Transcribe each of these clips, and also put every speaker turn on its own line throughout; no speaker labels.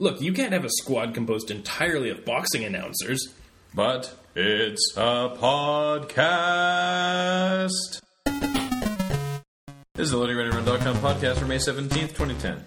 Look, you can't have a squad composed entirely of boxing announcers.
But it's a podcast. This is the LoadingReadyRun.com podcast for May 17th, 2010.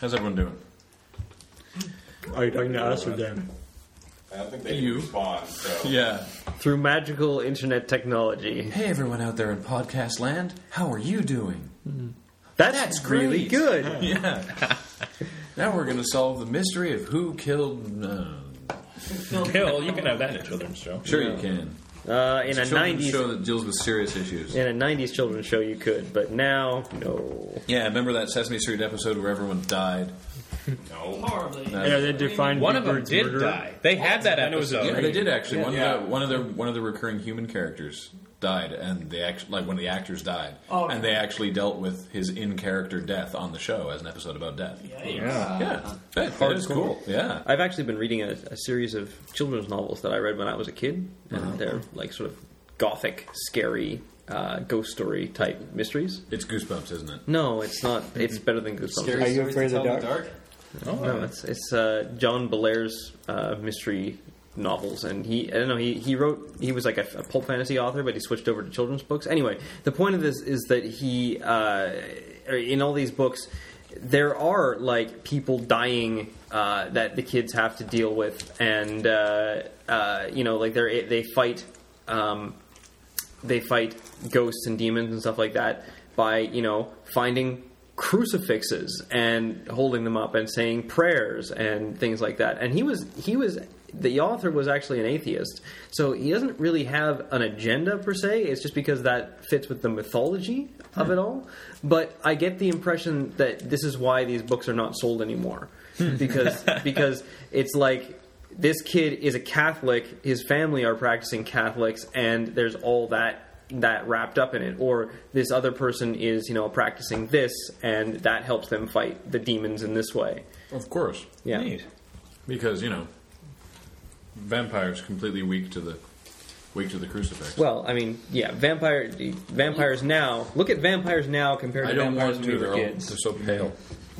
How's everyone doing?
Are you talking to us or them?
I don't think they can
You.
respond. So
Yeah.
Through magical internet technology.
Hey, everyone out there in podcast land. How are you doing?
That's,
That's
really
great.
good.
Yeah. now we're going to solve the mystery of who killed. Uh,
Hell, you can have that in a children's show.
sure, you can.
Uh, in a
Children's
nineties
show that deals with serious issues.
in a nineties children's show you could, but now no.
Yeah, remember that Sesame Street episode where everyone died?
Horribly.
No.
Yeah, they defined
One
Big
of them
Bird's
did
murderer.
die. They had that episode.
Yeah, they did actually. One,
Oh, Yeah.
Of the, one of their one of the recurring human characters died, and they act, like one of the actors died,
Oh,
and
yeah.
they actually dealt with his in character death on the show as an episode about death. Yeah, yeah,
Ah.
that, that is cool. Yeah,
I've actually been reading a, a series of children's novels that I read when I was a kid, and they're like sort of gothic, scary, uh, ghost story type mysteries.
it's goosebumps, isn't it?
No, it's not. It's better than Goosebumps.
Are you afraid of the dark?
No, it's it's uh, John Belair's uh, mystery novels, and he I don't know he he wrote he was like a, a pulp fantasy author, but he switched over to children's books. Anyway, the point of this is that he uh, in all these books there are like people dying uh, that the kids have to deal with, and uh, uh, you know like they they fight. Um, they fight ghosts and demons and stuff like that by you know finding crucifixes and holding them up and saying prayers and things like that and he was he was the author was actually an atheist so he doesn't really have an agenda per se it's just because that fits with the mythology of it all but i get the impression that this is why these books are not sold anymore because because it's like this kid is a Catholic, his family are practicing Catholics, and there's all that that wrapped up in it. Or this other person is, you know, practicing this, and that helps them fight the demons in this way.
Of course,
Yeah.
Neat.
because you know, vampires completely weak to the weak to the crucifix.
Well, I mean, yeah, vampire vampires now. Look at vampires now compared
I
to
don't
vampires
want
when we
to. They're,
were
all, they're
kids.
so pale.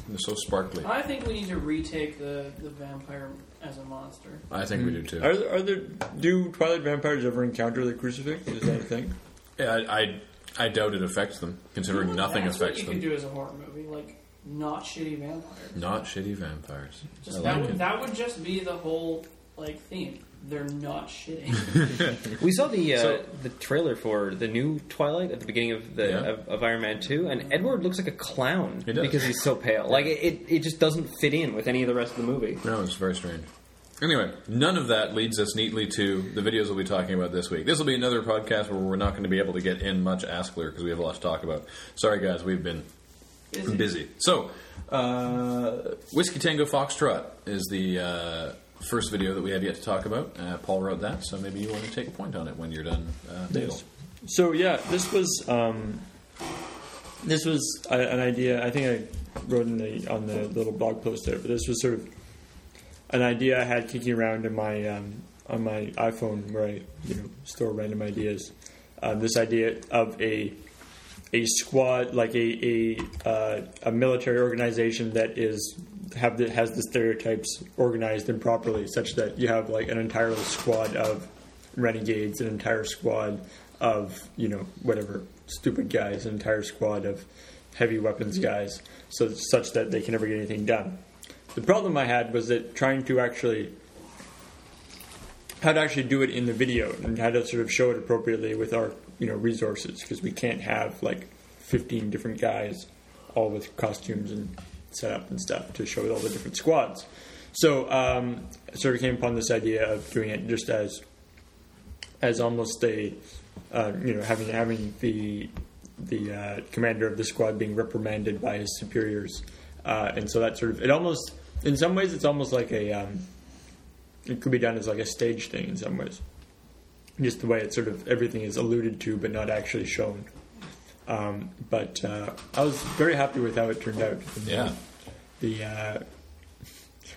They're so sparkly.
I think we need to retake the, the vampire as a monster.
I think
Mm.
we do too.
Are there, are there do Twilight vampires ever encounter the crucifix? Is that a thing?
Yeah, I, I I doubt it affects them, considering
Well,
nothing
that's
affects
what you
them.
could do as a horror movie, like not shitty vampires.
Not shitty vampires.
Just
I
that
like
would
it.
that would just be the whole like theme. They're not shitting.
We saw the uh,
So-
the trailer for the new Twilight at the beginning of the
Yeah.
of, of Iron Man two, and Edward looks like a clown
He does.
because he's so pale. Like it, it, it just doesn't fit in with any of the rest of the movie.
No, it's very strange. Anyway, none of that leads us neatly to the videos we'll be talking about this week. This will be another podcast where we're not going to be able to get in much Askler because we have a lot to talk about. Sorry, guys, we've been
Busy.
busy. So, uh, Whiskey Tango Foxtrot is the uh, first video that we have yet to talk about. Uh, Paul wrote that, so maybe you want to take a point on it when you're done. Uh, Dale.
So yeah, this was um, this was a, an idea. I think I wrote in the on the little blog post there, but this was sort of an idea I had kicking around in my um, on my iPhone where I you know store random ideas. Um, this idea of a a squad like a a, uh, a military organization that is have the, has the stereotypes organized improperly, such that you have like an entire squad of renegades, an entire squad of you know whatever stupid guys, an entire squad of heavy weapons guys, so such that they can never get anything done. The problem I had was that trying to actually how to actually do it in the video and how to sort of show it appropriately with our you know resources because we can't have like 15 different guys all with costumes and setup and stuff to show all the different squads so um, I sort of came upon this idea of doing it just as as almost a uh, you know having having the the uh, commander of the squad being reprimanded by his superiors uh, and so that sort of it almost in some ways it's almost like a um, it could be done as like a stage thing in some ways. Just the way it sort of everything is alluded to but not actually shown. Um, but uh, I was very happy with how it turned out.
Yeah.
The uh,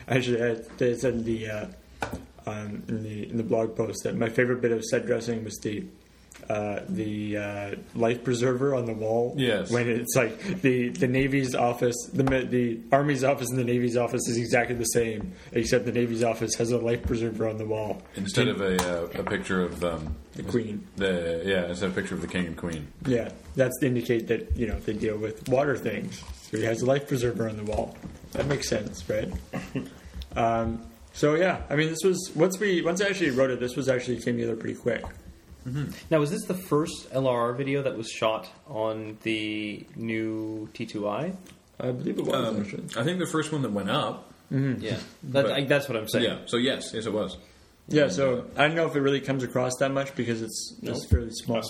actually I, they said in the uh, um, in the in the blog post that my favorite bit of set dressing was the. Uh, the uh, life preserver on the wall.
Yes.
When it's like the, the Navy's office, the mi- the Army's office, and the Navy's office is exactly the same, except the Navy's office has a life preserver on the wall.
Instead of a, uh, a picture of um,
The Queen.
the yeah, instead of a picture of the king and queen.
Yeah, that's to indicate that you know they deal with water things. So he has a life preserver on the wall. That makes sense, right? um, so yeah, I mean, this was once we once I actually wrote it, this was actually came together pretty quick.
Now, was this the first LRR video that was shot on the new T2i?
I believe it was actually.
Um, I think the first one that went up.
Yeah, that,
Hmm. But-
I, that's what I'm saying.
Yeah. So yes, yes, it was.
Yeah, so I don't know if it really comes across that much because it's it's fairly small.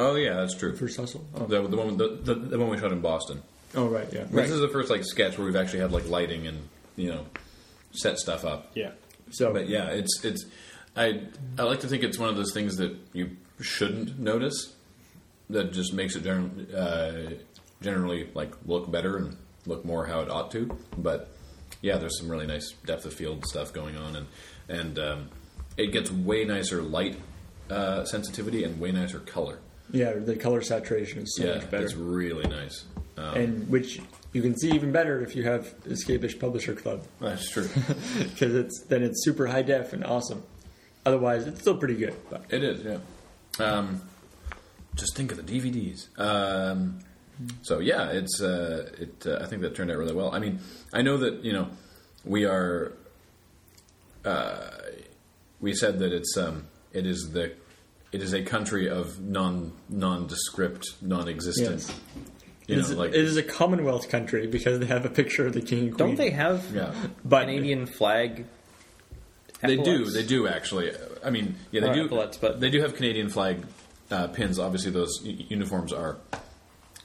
Oh yeah, that's true.
For Cecil. Oh.
The, the one with the, the, the one we shot in Boston.
oh, right, yeah.
This is the first like sketch where we've actually had like lighting and you know set stuff up.
Yeah. So
But yeah, it's it's I I like to think it's one of those things that you shouldn't notice that just makes it gen- uh, generally like look better and look more how it ought to. But yeah, there's some really nice depth of field stuff going on, and and um, it gets way nicer light uh, sensitivity and way nicer color.
yeah, the color saturation is so
yeah,
much better.
it's really nice. Um,
and which you can see even better if you have Escapish Publisher Club.
that's true.
because it's then it's super high def and awesome. Otherwise, it's still pretty good. But
It is, yeah. Um, just think of the DVDs. Um, so yeah, it's uh, it. Uh, I think that turned out really well. I mean, I know that you know we are. Uh, we said that it's um, it is the it is a country of non nondescript, non-existent.
Yes.
You
it,
know,
is,
like
it is a Commonwealth country because they have a picture of the king and queen.
Don't they have
Yeah.
But-
Canadian flag?
They do.
epaulets?
They do actually. I mean, yeah, they
Or
do.
epaulets, but-
they do have Canadian flag uh, pins. Obviously, those u- uniforms are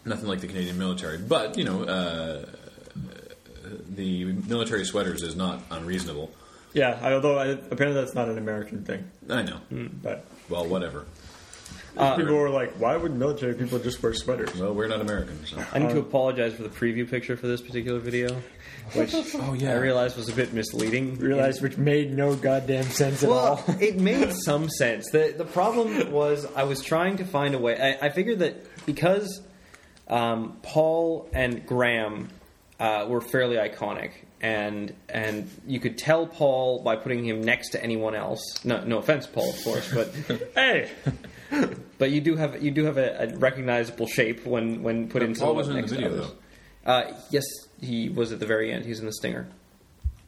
nothing like the Canadian military. But you know, uh, the military sweaters is not unreasonable.
Yeah, I, although I, apparently that's not an American thing.
I know.
Hmm.
But
Well, whatever. Uh,
people were like, "Why would military people just wear sweaters?"
Well, we're not Americans. So.
I need to apologize for the preview picture for this particular video, which
Oh,
I realized was a bit misleading.
Realized which made no goddamn sense at
Well,
all.
it made some sense. The the problem was I was trying to find a way. I, I figured that because um, Paul and Graham uh, were fairly iconic, and and you could tell Paul by putting him next to anyone else. No, no offense, Paul, of course, but
hey,
but you do have you do have a, a recognizable shape when when put into
Paul wasn't in
next
the video
to others.
though.
Uh, yes, he was at the very end. He's in the stinger.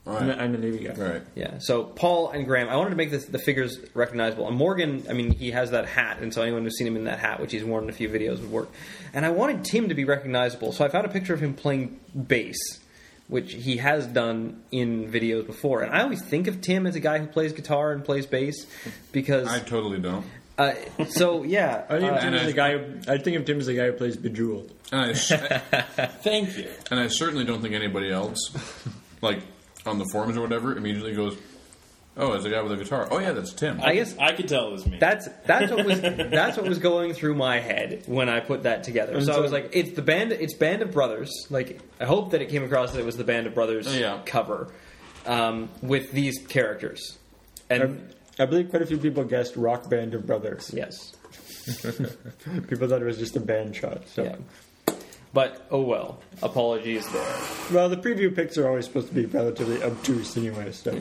All
I'm,
right.
I'm a Navy guy.
All right.
Yeah. So Paul and Graham, I wanted to make this, the figures recognizable. And Morgan, I mean, he has that hat, and so anyone who's seen him in that hat, which he's worn in a few videos, would work. And I wanted Tim to be recognizable, so I found a picture of him playing bass, which he has done in videos before. And I always think of Tim as a guy who plays guitar and plays bass because.
I totally don't.
Uh, so yeah,
I think of
uh,
Tim
and
as
I-
the guy. Who, I think of Tim as the guy who plays Bejeweled.
And I, s-
Thank you.
and I certainly don't think anybody else, like on the forums or whatever, immediately goes, "Oh, there's a guy with a guitar. Oh yeah, that's Tim."
I guess
I could tell it was me.
That's that's what was that's what was going through my head when I put that together. So I was like, it's the band, it's Band of Brothers. Like I hope that it came across that it was the Band of Brothers
Yeah.
cover um, with these characters.
I,
And
I believe quite a few people guessed Rock Band of Brothers.
yes,
People thought it was just a band shot. So,
yeah. But oh well, apologies there.
well, the preview pics are always supposed to be relatively obtuse anyway. So,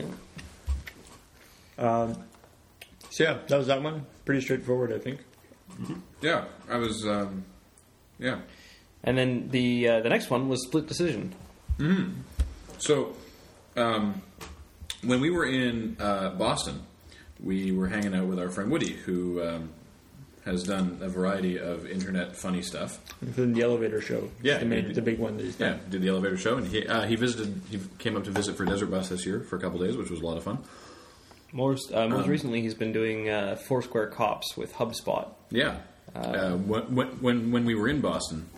um, so yeah, that was that one. Pretty straightforward, I think.
yeah, I was. Um, yeah.
And then the uh, the next one was split decision.
So, um, when we were in uh, Boston, we were hanging out with our friend Woody, who um, has done a variety of internet funny stuff.
Including the elevator show.
Yeah,
the, main,
it-
the big one that he's done.
Yeah, did the elevator show, and he uh, he visited. He came up to visit for Desert Bus this year for a couple days, which was a lot of fun.
Most uh, most recently, he's been doing uh, Foursquare Cops with HubSpot.
Yeah. Uh, when, when- when, when we were in Boston,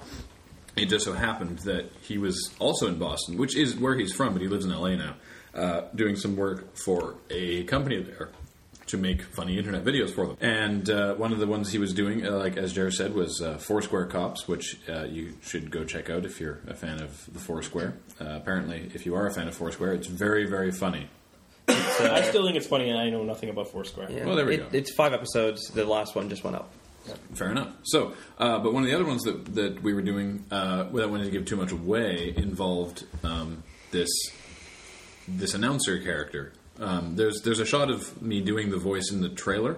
it just so happened that he was also in Boston, which is where he's from, but he lives in LA now, uh, doing some work for a company there to make funny internet videos for them. And uh, one of the ones he was doing, uh, like as Jared said, was uh, Foursquare Cops, which uh, you should go check out if you're a fan of the Foursquare. Uh, apparently, if you are a fan of Foursquare, it's very, very funny.
I still think it's funny, and I know nothing about Foursquare.
Yeah.
Well, Oh, there we
It-
go.
It's five episodes. The last one just went up.
Fair enough. So, uh, but one of the other ones that, that we were doing, uh, without wanting to give too much away, involved um, this this announcer character. Um, there's there's a shot of me doing the voice in the trailer,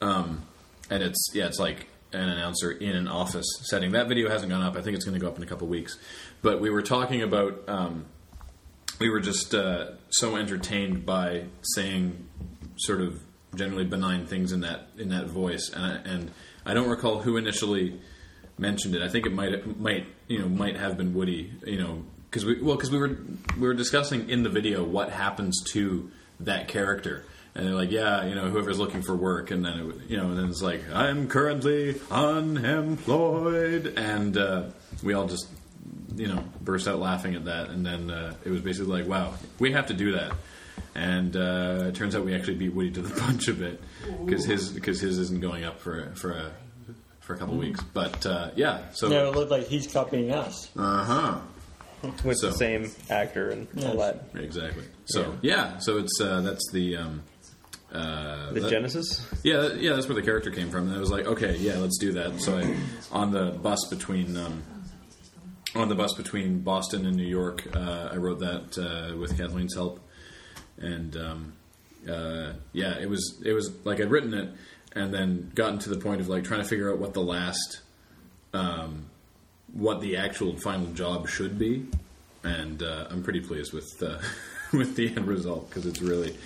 um, and it's yeah, it's like an announcer in an office setting. That video hasn't gone up. I think it's going to go up in a couple weeks. But we were talking about um, we were just uh, so entertained by saying sort of generally benign things in that in that voice, and I, and I don't recall who initially mentioned it. I think it might might you know might have been Woody, you know, because we well because we were we were discussing in the video what happens to that character. And they're like, yeah, you know, whoever's looking for work, and then it, w- you know, and then it's like, I'm currently unemployed, and uh, we all just you know, burst out laughing at that, and then uh, it was basically like, "Wow, we have to do that." And uh, it turns out we actually beat Woody to the punch a bit because his because his isn't going up for for a for a couple weeks. But uh, yeah, so
No, it looked like he's copying us.
uh huh,
with
So-
the same actor and all
Yes.
that.
exactly. So yeah, so it's uh, that's the. Um, uh,
The
that-
Genesis.
Yeah, that- yeah, that's where the character came from. And I was like, okay, yeah, let's do that. So I, on the bus between, um, on the bus between Boston and New York, uh, I wrote that uh, with Kathleen's help, and um, uh, yeah, it was it was like I'd written it, and then gotten to the point of like trying to figure out what the last, um, what the actual final job should be, and uh, I'm pretty pleased with uh, with the end result because it's really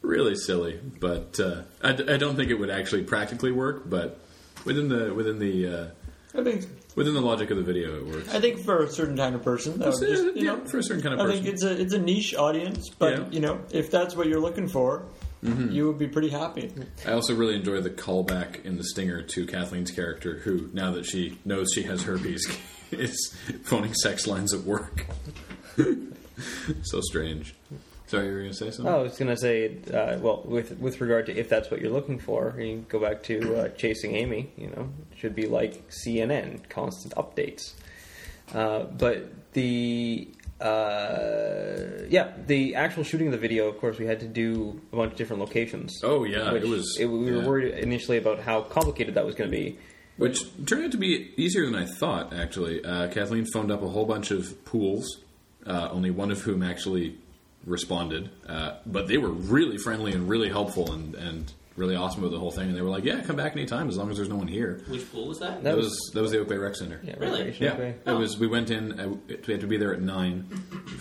really silly. But uh, I, d- I don't think it would actually practically work, but within the within the uh,
I think.
within the logic of the video, it works.
I think for a certain kind of person, that would
Yeah,
just, you
yeah,
know,
for a certain kind of
I
person.
think it's a it's a niche audience, but
Yeah. Mm-hmm.
you know, if that's what you're looking for, you would be pretty happy.
I also really enjoy the callback in the stinger to Kathleen's character, who now that she knows she has herpes, is phoning sex lines at work. so strange. Sorry, you were going to say something.
Oh, I was gonna say, uh, well, with with regard to if that's what you're looking for, you go back to uh, chasing Amy. You know, it should be like CNN, constant updates. Uh, but the uh, yeah, the actual shooting of the video, of course, we had to do a bunch of different locations.
Oh, yeah,
which
it was-
we were
yeah.
worried initially about how complicated that was going to be.
Which turned out to be easier than I thought, actually. Uh, Kathleen phoned up a whole bunch of pools, uh, only one of whom actually responded. Uh, but they were really friendly and really helpful and, and really awesome about the whole thing, and they were like, "Yeah, come back anytime as long as there's no one here."
Which pool was that?
That, was, that was the Oakley Rec Center.
yeah,
Really?
recreation,
Yeah,
okay.
it was. We went in. Uh, we had to be there at nine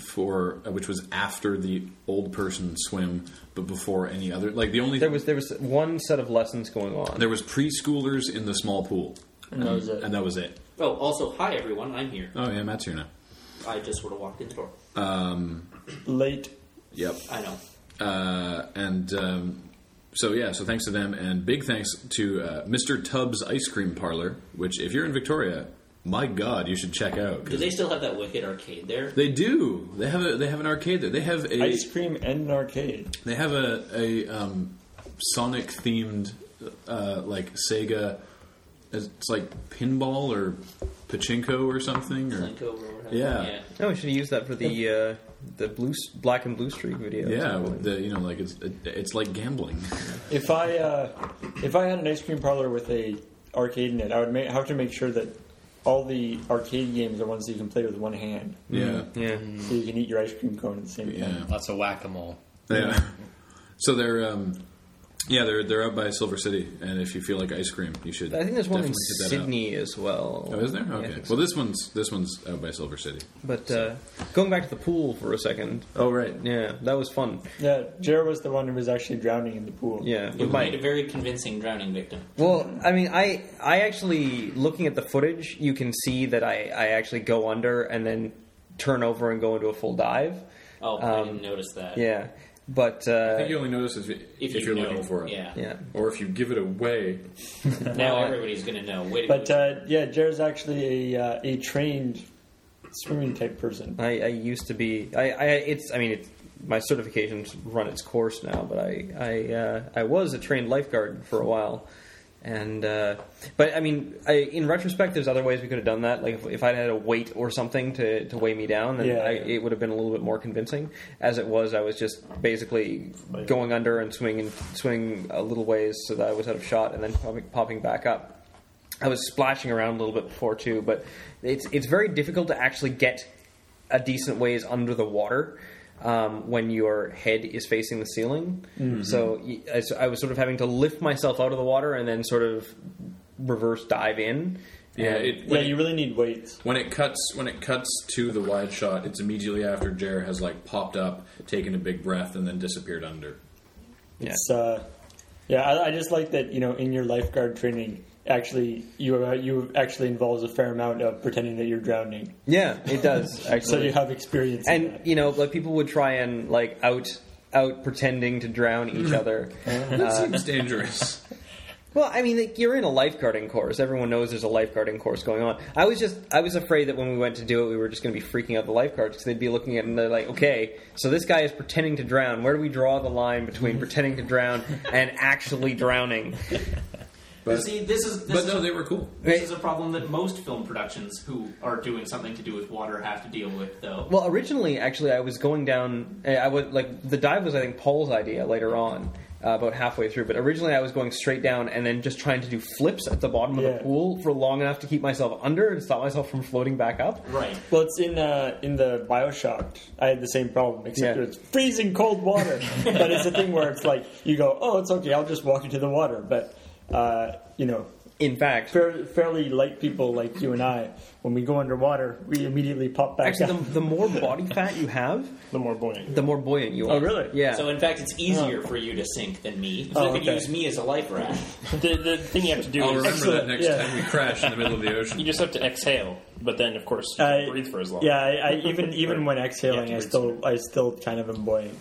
for uh, which was after the old person swim, but before any other. Like the only
There was there was one set of lessons going on.
there was preschoolers in the small pool, and
that was it.
And that was it.
Oh, also, hi everyone, I'm here.
Oh yeah, Matt's here now.
I just sort of walked in the door.
Late.
Yep.
I know.
Uh, and um, so yeah, so thanks to them, and big thanks to uh, Mr. Tubbs Ice Cream Parlor, which if you're in Victoria, my God, you should check out. 'cause
Do they still have that wicked arcade there?
they do. They have a, they have an arcade there. They have a
Ice cream and an arcade.
They have a a um, Sonic themed uh, like Sega. It's like pinball or pachinko or something. Or
Linkover or whatever.
Yeah.
No, Oh, we should have used that for the uh, the blue s- black and blue streak video.
yeah, with the you know like it's it, it's like gambling.
If I uh, if I had an ice cream parlor with a arcade in it, I would ma- have to make sure that all the arcade games are ones that you can play with one hand,
yeah,
yeah.
so you can eat your ice cream cone at the same time.
yeah,
Lots of whack a mole.
yeah. So they're um, yeah they're they're out by Silver City, and if you feel like ice cream, you should.
I think there's one in
definitely hit that up.
Sydney as well.
Oh, is there?
Yeah, I
Okay.
think so.
well, this one's this one's out by Silver City.
But uh, going back to the pool for a second.
Oh right.
Yeah, that was fun.
Yeah, Jared was the one who was actually drowning in the pool.
You
Yeah, with
made a
my,
very convincing drowning victim.
well, I mean, I I actually looking at the footage, you can see that I I actually go under and then turn over and go into a full dive.
Oh, I
Um,
didn't notice that.
Yeah, but uh,
I think you only notice if, you, if,
If,
you're
know,
looking for it,
Yeah.
yeah.
or if you give it away.
Now
I-
everybody's going to know. Wait a
But
minute.
uh, yeah, Jared's actually a uh, a trained swimming type person.
I, I used to be. I, I it's. I mean, it's, my certifications run its course now, but I I uh, I was a trained lifeguard for a while, and uh, but I mean, I, in retrospect, there's other ways we could have done that. Like if, if I had a weight or something to, to weigh me down, then
Yeah,
I,
yeah.
it would have been a little bit more convincing. As it was, I was just basically going under and swinging swinging a little ways so that I was out of shot, and then popping, popping back up. I was splashing around a little bit before too, but it's it's very difficult to actually get a decent ways under the water um, when your head is facing the ceiling.
Mm-hmm.
So y- I s- I was sort of having to lift myself out of the water and then sort of reverse dive in.
Yeah,
And-
it,
Yeah, you really need weights.
When it cuts when it cuts to the wide shot, it's immediately after Jer has like popped up, taken a big breath, and then disappeared under.
Yeah.
It's uh, yeah, I, I just like that you know in your lifeguard training, actually you uh, you actually involves a fair amount of pretending that you're drowning,
yeah, it does.
so
Actually.
you have experience. in
and
that.
you know, like people would try and like out out pretending to drown each other.
That seems dangerous.
Well, I mean, like, you're in a lifeguarding course. Everyone knows there's a lifeguarding course going on. I was just, I was afraid that when we went to do it, we were just going to be freaking out the lifeguards because they'd be looking at it and they're like, okay, so this guy is pretending to drown. Where do we draw the line between pretending to drown and actually drowning?
But,
See, this is this
but
is
no, they were cool.
This is a problem that most film productions who are doing something to do with water have to deal with, though.
Well, originally, actually, I was going down. eh, I would like the dive was, I think, Paul's idea later on, uh, about halfway through. But originally, I was going straight down and then just trying to do flips at the bottom of
Yeah.
the pool for long enough to keep myself under and stop myself from floating back up.
Right.
Well, it's in uh, in the Bioshock. I had the same problem, except
Yeah.
it's freezing cold water. but it's a thing where it's like you go, oh, it's okay, I'll just walk into the water. But uh, you know,
In fact,
fair, fairly light people like you and I, when we go underwater, we immediately pop back
Actually,
up.
the, the more body fat you have,
the more buoyant.
the more buoyant you are.
Oh, really?
Yeah.
So, in fact, it's easier for you to sink than me. So
Oh,
they could
okay.
use me as a life raft.
The, the thing you have to do
I'll
is
remember that
Excellent,
next
yeah.
time we crash in the middle of the ocean.
you just have to exhale, but then of course you can breathe for as long.
Uh, Yeah, I, I, even even when exhaling,
Yeah,
I
it's
still I still kind of am buoyant.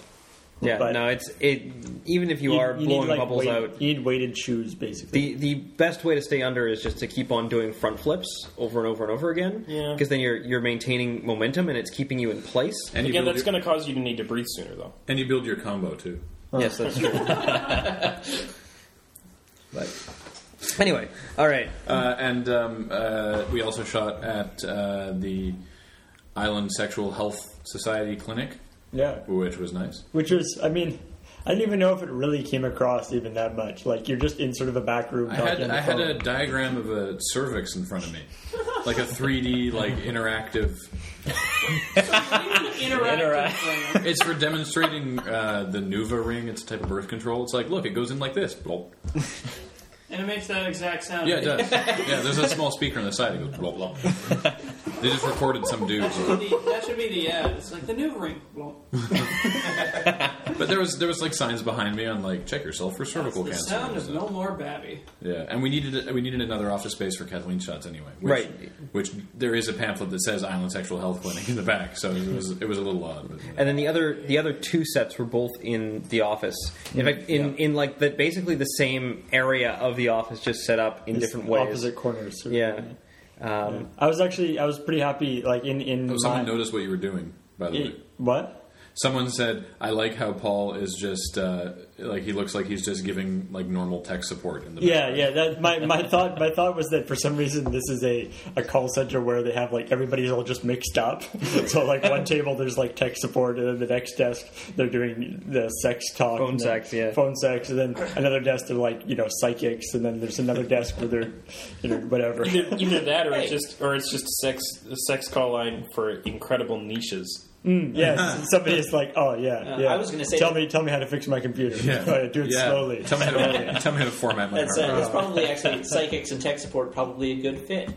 yeah.
but-
no, it's it. Even if you, are
need,
blowing
like,
bubbles
weight-
out,
You need weighted shoes, basically.
the the best way to stay under is just to keep on doing front flips over and over and over again.
Yeah.
Because then you're you're maintaining momentum and it's keeping you in place.
and you
Again,
build
that's
your,
going to cause you to need to breathe sooner, though.
and you build your combo too.
Yes, that's true. but anyway, all right.
Uh, and um, uh, we also shot at uh, the Island Sexual Health Society Clinic,
yeah,
which was nice.
which was I mean, I don't even know if it really came across even that much. Like you're just in sort of a back room.
I
talking
had
on the
I had
phone.
a diagram of a cervix in front of me, like a 3D like interactive.
Interactive. brain.
It's for demonstrating uh, the Nuva ring. It's a type of birth control. It's like look, it goes in like this. Blop.
and it makes that exact sound.
Yeah, it does. Yeah, there's a small speaker on the side. It goes blop blop. They just recorded some dude.
That should, be, that should be the ad. It's like the new ring. Well,
But there was there was like signs behind me on like check yourself for cervical
the
cancer.
sound
and
of
stuff.
no more babby.
Yeah, and we needed we needed another office space for Kathleen shots anyway. Which,
Right.
Which there is a pamphlet that says Island Sexual Health Clinic in the back, so it was it was a little odd. But,
And then the other the other two sets were both in the office. In fact, in, in like the basically the same area of the office, just set up in
Just
different ways.
opposite corners. sort of
Yeah.
thing.
Um,
I was actually I was pretty happy. Like in in
Oh, someone
my-
noticed what you were doing, by the way.
it- what.
Someone said, "I like how Paul is just uh, like he looks like he's just giving like normal tech support in the
Yeah,
background.
yeah. That my, my thought my thought was that for some reason this is a, a call center where they have like everybody's all just mixed up. so like one table there's like tech support, and then the next desk they're doing the sex talk,
Phone
and then
sex, yeah.
phone sex, and then another desk they're like you know psychics, and then there's another desk where they're you know whatever.
Either, either that, or it's just, or it's just a sex, a sex call line for incredible niches.
Yeah, somebody is like, oh yeah,
Uh,
yeah.
I was gonna say
tell
that-
me tell me how to fix my computer. Oh, yeah, do it
Yeah.
slowly.
Tell me how to tell me how to format my
That's, uh,
hardware.
Oh.
that's probably actually psychics and tech support probably a good fit.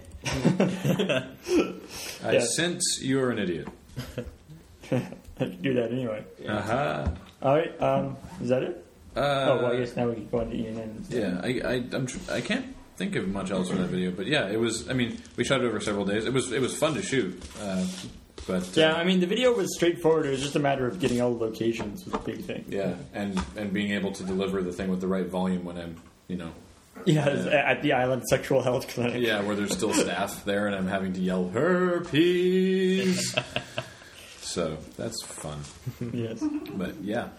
I
yeah.
sense you're an idiot.
do that anyway.
Uh-huh.
All right, um, is that it?
Uh
oh well, I guess now we can go on to Ian and
Yeah, I, I, I'm tr- I can't think of much else from that video, but yeah, it was. I mean, we shot it over several days. It was it was fun to shoot, uh, but uh,
Yeah, I mean the video was straightforward. It was just a matter of getting all the locations was the big thing.
yeah, and and being able to deliver the thing with the right volume when I'm, you know,
Yeah, it was at the Island Sexual Health Clinic.
yeah, where there's still staff there and I'm having to yell herpes. so that's fun,
Yes.
but yeah,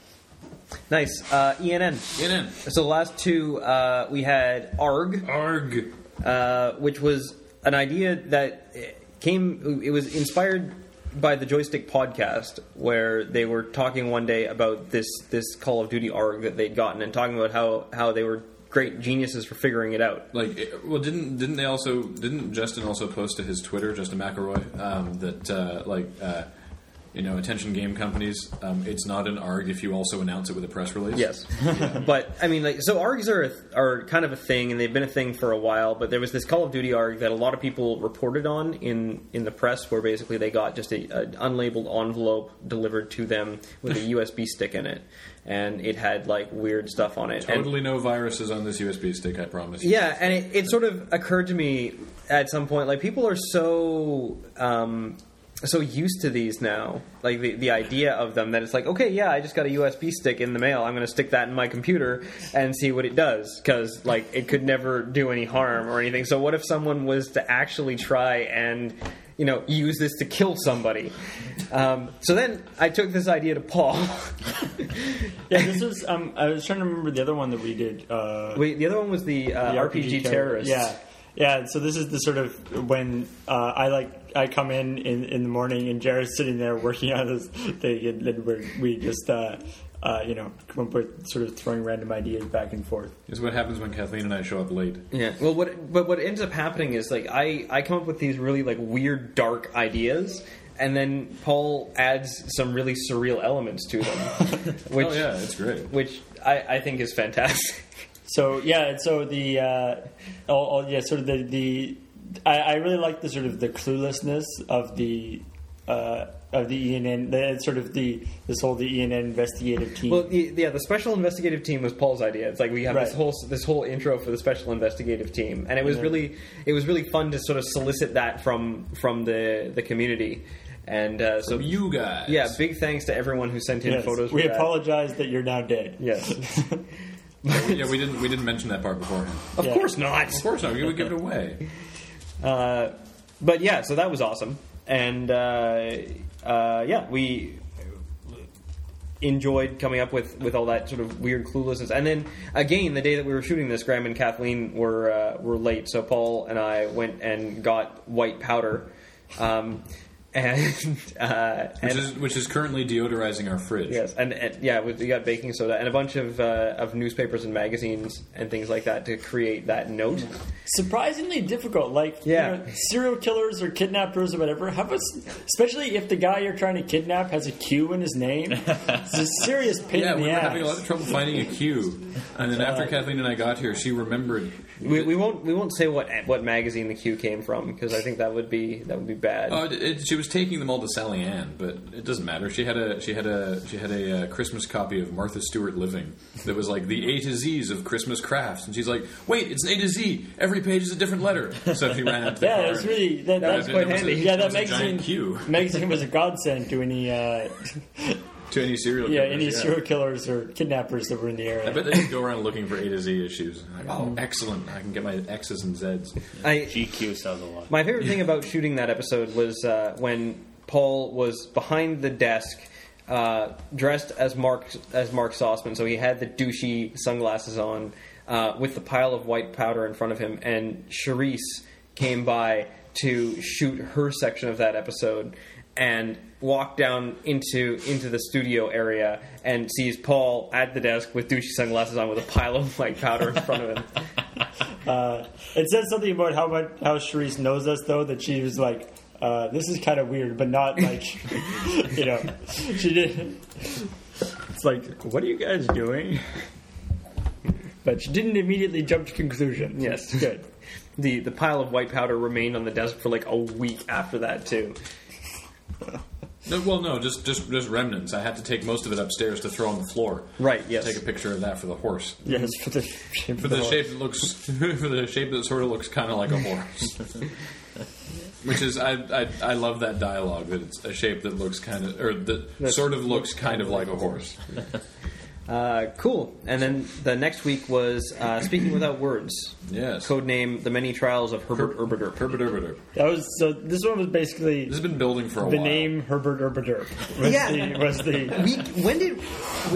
nice. Uh, ENN.
get in
So the last two uh, we had ARG,
arg.
uh, which was an idea that came. It was inspired by the Joystick podcast, where they were talking one day about this this Call of Duty ARG that they'd gotten, and talking about how how they were great geniuses for figuring it out.
Like, it- well, didn't didn't they also didn't Justin also post to his Twitter, Justin McElroy, um, that uh, like uh, you know, attention game companies, um, it's not an arg if you also announce it with a press release.
Yes, but I mean, like, so ARGs are a th- are kind of a thing, and they've been a thing for a while. But there was this Call of Duty ARG that a lot of people reported on in in the press, where basically they got just a, an unlabeled envelope delivered to them with a USB stick in it, and it had like weird stuff on it. And-
Totally no viruses on this USB stick, I promise.
yeah, and it, it sort of occurred to me at some point, like people are so um, so used to these now, like the the idea of them that it's like, okay, yeah, I just got a USB stick in the mail. I'm going to stick that in my computer and see what it does, because like it could never do any harm or anything. So what if someone was to actually try and you know use this to kill somebody? Um, so then I took this idea to Paul.
Yeah, this was. Um, I was trying to remember the other one that we did. Uh,
Wait, the other one was the, uh,
the
RPG, terrorist.
Yeah, yeah. So this is the sort of when uh, I like I come in, in in the morning and Jared's sitting there working on this thing, and then we're, we just uh, uh, you know come up with sort of throwing random ideas back and forth.
Is what happens when Kathleen and I show up late.
Yeah. Well, what but what ends up happening is like I I come up with these really like weird dark ideas. And then Paul adds some really surreal elements to them, which
oh yeah, it's great.
which I, I think is fantastic.
So yeah, and so the uh, all, all, yeah, sort of the the I, I really like the sort of the cluelessness of the uh, of the ENN, the, sort of the this whole the ENN investigative team.
Well, the, yeah, the special investigative team was Paul's idea. It's like we have this
Right.
whole this whole intro for the special investigative team, and it was really it was really fun to sort of solicit that from from the the community, and uh, so
You guys.
yeah, big thanks to everyone who sent in
Yes,
photos.
we
for that.
apologize that you're now dead.
Yes,
yeah. We didn't we didn't mention that part beforehand.
of
Yeah.
course not.
Of course not. We would give it away.
Uh, but yeah, so that was awesome, and uh, uh, yeah, we enjoyed coming up with, with all that sort of weird cluelessness. And then again, the day that we were shooting this, Graham and Kathleen were uh, were late, so Paul and I went and got white powder. Um, and uh,
Which
and-
is which is currently deodorizing our fridge.
Yes, and, and yeah, we, we got baking soda and a bunch of uh, of newspapers and magazines and things like that to create that note.
surprisingly difficult. Like,
Yeah.
you know, serial killers or kidnappers or whatever. How about, especially if the guy you're trying to kidnap has a Q in his name? It's a serious pain
Yeah,
in
we
the
were
ass.
having a lot of trouble finding a cue, and then after Kathleen and I got here, she remembered.
We, we won't we won't say what what magazine the Q came from because I think that would be that would be bad.
Oh, it, it, she was taking them all to Sally Ann, but it doesn't matter. She had a she had a she had a uh, Christmas copy of Martha Stewart Living that was like the A to Z's of Christmas crafts, and she's like, "Wait, it's an A to Z. Every page is a different letter." So she ran up to the
yeah,
car
it was
and-
really
That
that, that
was
was
quite
there was
handy.
A,
Yeah,
there
that
was a giant
magazine
cue
magazine was a godsend to any uh,
to any serial.
yeah
killers,
any serial killers or kidnappers that were in the
I
area.
bet they just go around looking for A to Z issues. Like, oh,
Mm-hmm.
excellent! I can get my X's and Z's.
I
GQ sells a lot.
my favorite thing about shooting that episode was uh, when Paul was behind the desk. Uh, dressed as Mark as Mark Sossman, so he had the douchey sunglasses on, uh, with the pile of white powder in front of him, and Charisse came by to shoot her section of that episode, and walked down into into the studio area and sees Paul at the desk with douchey sunglasses on, with a pile of white powder in front of him.
Uh, it says something about how much how Charisse knows us though that she was like. Uh, this is kind of weird, but not like you know. She did. It's like, what are you guys doing? But she didn't immediately jump to conclusions.
Yes.
good.
the the pile of white powder remained on the desk for like a week after that too.
No, well, no, just just just remnants. I had to take most of it upstairs to throw on the floor.
Right. Yes.
Take a picture of that for the horse.
Yes, for the shape
For the shape that looks, for the shape that sort of looks kind of like a horse. Which is, I, I I love that dialogue that it's a shape that looks kind of, or that sort of looks kind of like a horse.
uh, cool. And then the next week was uh, speaking without words.
Yes.
Codename: The Many Trials of Herbert
Herb-
Herberderp.
Herbert Herberderp.
That was so. This one was basically
This has been building for a
the
while.
name Herbert Herbert was
Yeah.
the was the
We, when did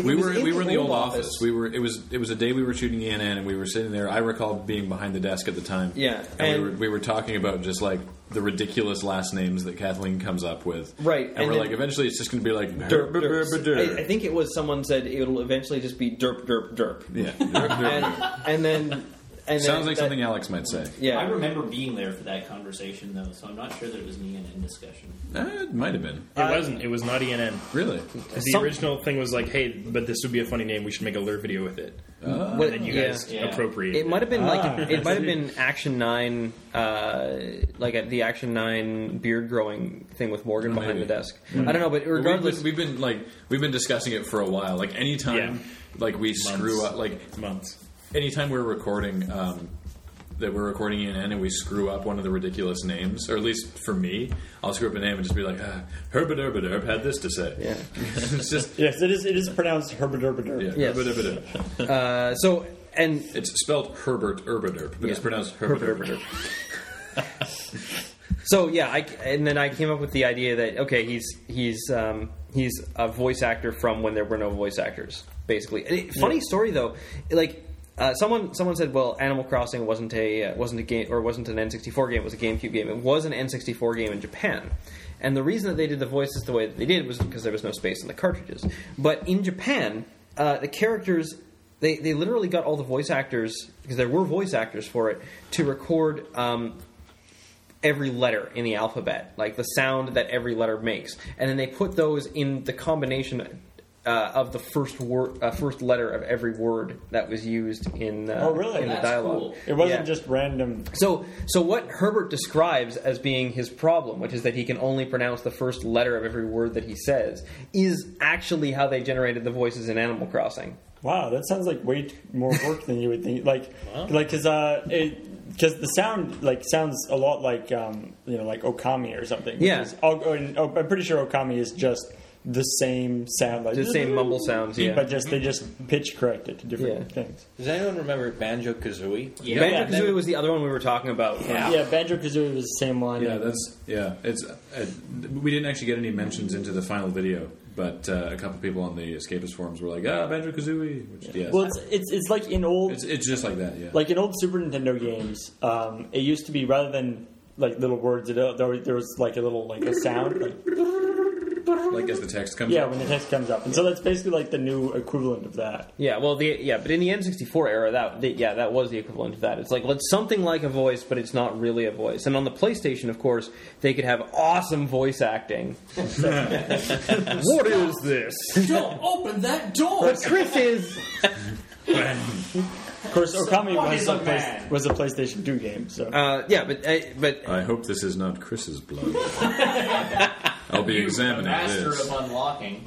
We were we were in the old office. We were it was it was a day we were shooting ENN and we were sitting there. I recall being behind the desk at the time.
Yeah,
and,
and-
we, were, we were talking about just like the ridiculous last names that Kathleen comes up with.
Right,
and,
and
we're
then-
like eventually it's just going to be like
Derp, derp. I, I think it was someone said it'll eventually just be derp derp derp.
yeah. derp, derp,
And,
derp.
and then and
Sounds
then
like
that-
something Alex might say.
Yeah.
I remember being there for that conversation though, so I'm not sure that it was me and in discussion.
Uh, it might have been
It wasn't. It was not ENN.
really.
The
Some-
original thing was like, hey, but this would be a funny name. We should make a lure video with it.
Uh,
What-
and you
yeah.
guys
Yeah.
appropriate.
It might have been
Ah.
like it might have been Action Nine, uh, like at the Action Nine beard growing thing with Morgan
Oh,
behind
maybe.
the desk. I don't know, but
But
regardless,
we've been, we've been like we've been discussing it for a while. Like anytime,
Yeah.
like we screw
Months.
up, like
months.
anytime we're recording um, that we're recording in and we screw up one of the ridiculous names, or at least for me, I'll screw up a name and just be like, ah, Herbert Herbert Herb had this to say.
Yeah.
it's just
yes. It is it is pronounced Herbert Herbert.
yeah,
Yes.
Herbert Herbert Herb.
uh, so and
It's spelled Herbert Herbert Herb, but it's
Yeah.
pronounced Herbert Herbert Herb.
so yeah, I, and then I came up with the idea that okay, he's he's um, he's a voice actor from when there were no voice actors, basically. And it- funny story though, like. Uh, someone someone said, "Well, Animal Crossing wasn't a uh, wasn't a game or wasn't an N64 game. It was a GameCube game. It was an N64 game in Japan, and the reason that they did the voices the way that they did was because there was no space in the cartridges. But in Japan, uh, the characters they, they literally got all the voice actors because there were voice actors for it to record um, every letter in the alphabet, like the sound that every letter makes, and then they put those in the combination uh, of the first word, uh, first letter of every word that was used in uh,
Oh, really?
in the
That's
dialogue.
cool.
It wasn't
Yeah.
just random.
So, so what Herbert describes as being his problem, which is that he can only pronounce the first letter of every word that he says, is actually how they generated the voices in Animal Crossing.
Wow, that sounds like way t- more work than you would think. Like like because uh because the sound like sounds a lot like um you know like Okami or something. which
Yeah.
is- oh, oh, and, oh, I'm pretty sure Okami is just the same sound like
The same mumble sounds, yeah.
But just they just pitch correct it to different
Yeah.
things.
Does anyone remember Banjo Kazooie?
Yeah.
Banjo Kazooie was the other one we were talking about.
Yeah, Banjo Kazooie was the same one.
Yeah, that's yeah. It's uh, we didn't actually get any mentions into the final video, but uh, a couple people on the escapist forums were like, ah, Banjo Kazooie, which yes.
Well, it's, it's it's like in old
it's it's just like that. Yeah,
like in old Super Nintendo games, um, it used to be rather than like little words. It, uh, there, there was like a little like a sound. Like,
Like as the text comes
yeah,
up.
when the text comes up, and so that's basically like the new equivalent of that.
Yeah, well, the yeah, but in the N64 era, that the, yeah, that was the equivalent of that. It's like well, it's something like a voice, but it's not really a voice. And on the PlayStation, of course, they could have awesome voice acting. what is this?
Don't open that door.
But Chris is
Of course, Okami
What
was
is a
a, play,
man?
was a PlayStation Two game. So
uh, yeah, but uh, but
I hope this is not Chris's blood. I'll be examining
Master
this.
of unlocking.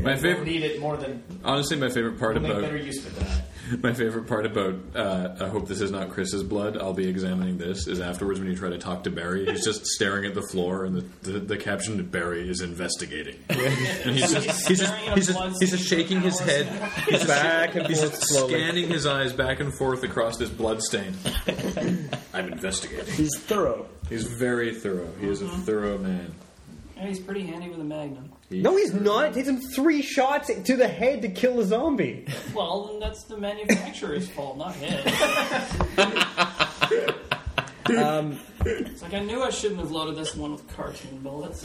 My
Don't
favorite,
need it more than.
honestly, my favorite part
We'll make
about
better use of it than that.
My favorite part about uh, I hope this is not Chris's blood. I'll be examining this. Is afterwards when you try to talk to Barry, he's just staring at the floor, and the, the, the caption to Barry is investigating. and he's just he's just, he's just, he's just shaking his head. He's just,
Back and
he's
forth
just
slowly.
scanning his eyes back and forth across this blood stain. I'm investigating.
he's thorough.
He's very thorough. He is a thorough man.
And he's pretty handy with a magnum.
no, he's not. It takes him three shots to the head to kill a zombie.
Well, then that's the manufacturer's fault, not his. Um, It's like I knew I shouldn't have loaded this one with cartoon bullets.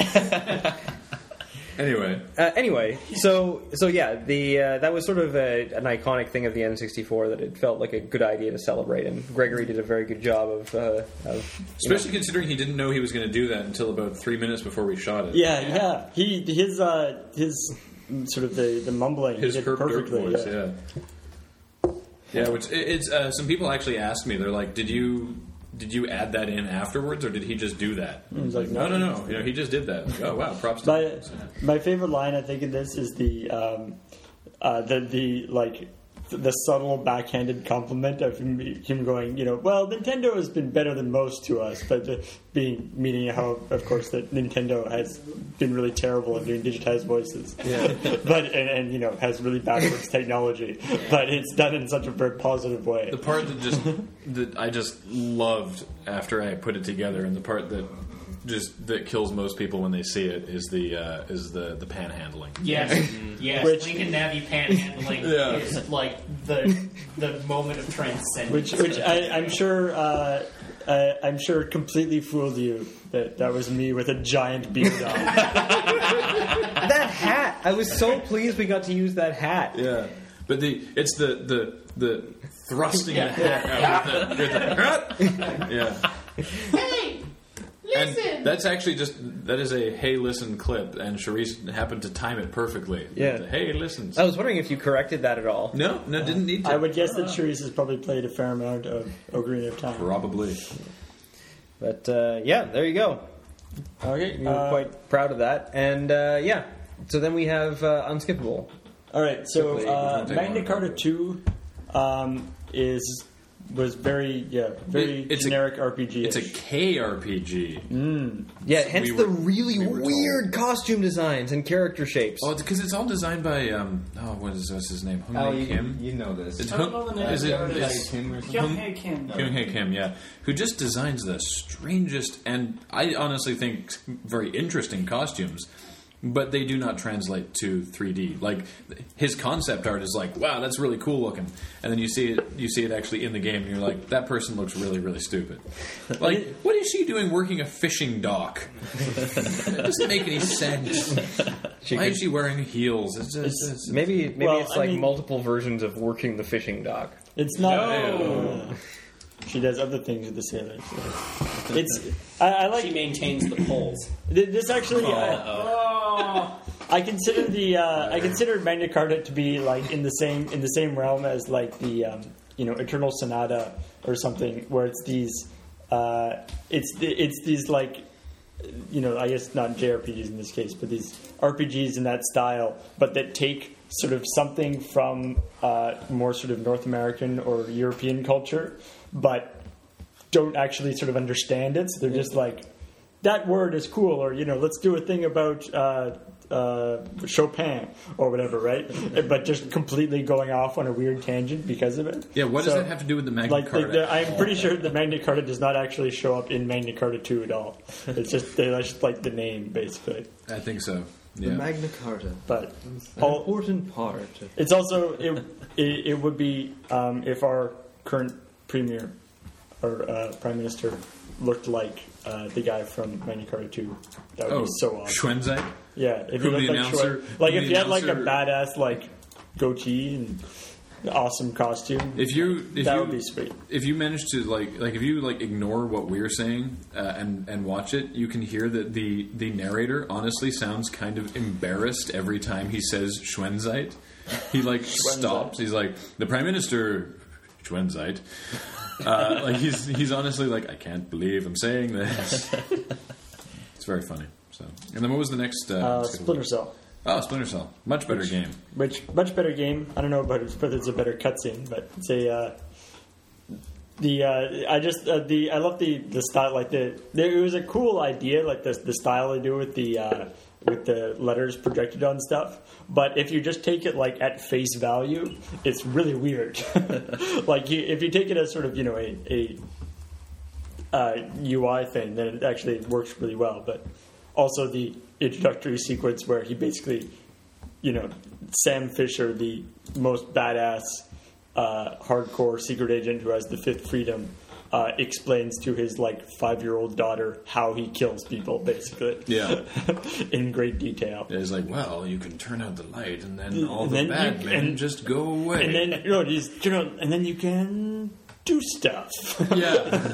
Anyway,
Uh, anyway, so so yeah, the uh, that was sort of a, an iconic thing of the N64 that it felt like a good idea to celebrate, and Gregory did a very good job of uh, of
especially considering he didn't know he was going to do that until about three minutes before we shot it.
Yeah, yeah. He his uh his mm, sort of the the mumbling
his
he did
Herb Dirk
perfectly.
voice,
yeah.
yeah. Yeah, which it, it's uh, some people actually asked me. They're like, "Did you did you add that in afterwards, or did he just do that?" It's
like,
like, "No,
no,
no, no. You know, he just did that." Like, oh wow, props to
My
him.
my favorite line I think in this is the um uh the the like the subtle backhanded compliment of him, him going, you know, well, Nintendo has been better than most to us, but the, being meaning how, of course, that Nintendo has been really terrible at doing digitized voices, yeah. but and, and you know has really backwards technology, but it's done in such a very positive way.
The part that just that I just loved after I put it together, and the part that just that kills most people when they see it is the uh, is the the panhandling.
Yes, yes.
Which-
Lincoln Navi panhandling
Yeah.
is like the the moment of transcendence.
which which I, I'm sure uh, I, I'm sure completely fooled you that that was me with a giant beard on.
that hat. I was so pleased we got to use that hat.
Yeah, but the it's the the the thrusting the head out with the, with the yeah. Hey, listen. And that's actually just that is a hey listen clip, and Charisse happened to time it perfectly.
Yeah. Oh.
The hey listen.
I was wondering if you corrected that at all.
No, no, didn't need to.
I would guess that Charisse has probably played a fair amount of Ocarina of Time.
probably.
But uh, yeah, there you go.
Okay,
We were
Uh,
quite proud of that, and uh, yeah. So then we have uh, Unskippable.
all right. So
Simply,
we
uh,
can take
Magna
one.
Carta Two um, is was very yeah very
It- it's a-
generic RPG.
It's a KRPG.
Yeah, hence
were-
the really
were told.
weird costume designs and character shapes.
Oh, because it's all designed by um. Oh, what is what's his name? Hung
Oh,
Lee
you,
Kim.
you know this.
It's
I don't know the
Hung.
name.
Is it?
Yeah, it
It's,
Like Tim or something?
Young Hae Kim.
Kim Hae Kim, yeah, who just designs the strangest and I honestly think very interesting costumes, but they do not translate to 3D. Like his concept art is like, wow, that's really cool looking, and then you see it, you see it actually in the game, and you're like, that person looks really, really stupid. Like, what is she doing working a fishing dock? that doesn't make any sense. Why is she wearing heels? It's just, it's-
Maybe maybe
Well,
it's
I
like
mean-
multiple versions of working the fishing dock.
It's not. uh, She does other things with the sailors. It's I, I like
She maintains the poles.
Th- This actually, I, I consider the uh, I consider Magna Carta to be like in the same in the same realm as like the um, you know Eternal Sonata or something, where it's these uh, it's the, it's these like you know I guess not JRPGs in this case, but these RPGs in that style, but that take sort of something from uh, more sort of North American or European culture, but don't actually sort of understand it. So they're just like, that word is cool, or you know, let's do a thing about uh, uh, Chopin or whatever, right? but just completely going off on a weird tangent because of it.
yeah, what does
So,
that have to do with the Magna
Like,
Carta?
like the, I'm pretty sure the Magna Carta does not actually show up in Magna Carta 2 at all. It's just they just like the name basically.
I think so.
The
Yeah.
Magna Carta.
But
An
all,
important part. Of
It's also it it, it would be um, if our current premier or uh, prime minister looked like uh, the guy from Magna Carta 2, that would
Oh,
be so awesome.
Schwenzak?
Yeah, if
Who
you
the
look like
announcer-
Troy, like
who
if
the
you had like a
announcer-
badass like goatee and an awesome costume,
If you if
that
you
would be sweet.
if you manage to like like if you like ignore what we're saying uh, and and watch it, you can hear that the the narrator honestly sounds kind of embarrassed every time he says Schwenzite. He like stops. He's like the prime minister Schwenzite. Uh, like he's he's honestly like I can't believe I'm saying this. it's very funny. So and then what was the next uh,
Uh,
scheduled-
Splinter Cell,
Oh, Splinter Cell, much better game.
which much better game. I don't know about it, whether it's a better cutscene, but it's a. Uh, the uh, I just uh, the I love the the style like the, the it was a cool idea like the the style they do with the uh, with the letters projected on stuff. But if you just take it like at face value, it's really weird. like you, if you take it as sort of you know a, a uh, UI thing, then it actually works really well. But also the introductory sequence where he basically, you know, Sam Fisher, the most badass uh, hardcore secret agent who has the fifth freedom, uh, explains to his like five year old daughter how he kills people, basically.
Yeah.
in great detail.
It's like, well, you can turn out the light, and then all
And
the
then you
bad
can-
men just go away.
And then you know, just, you know, and then you can do stuff.
yeah,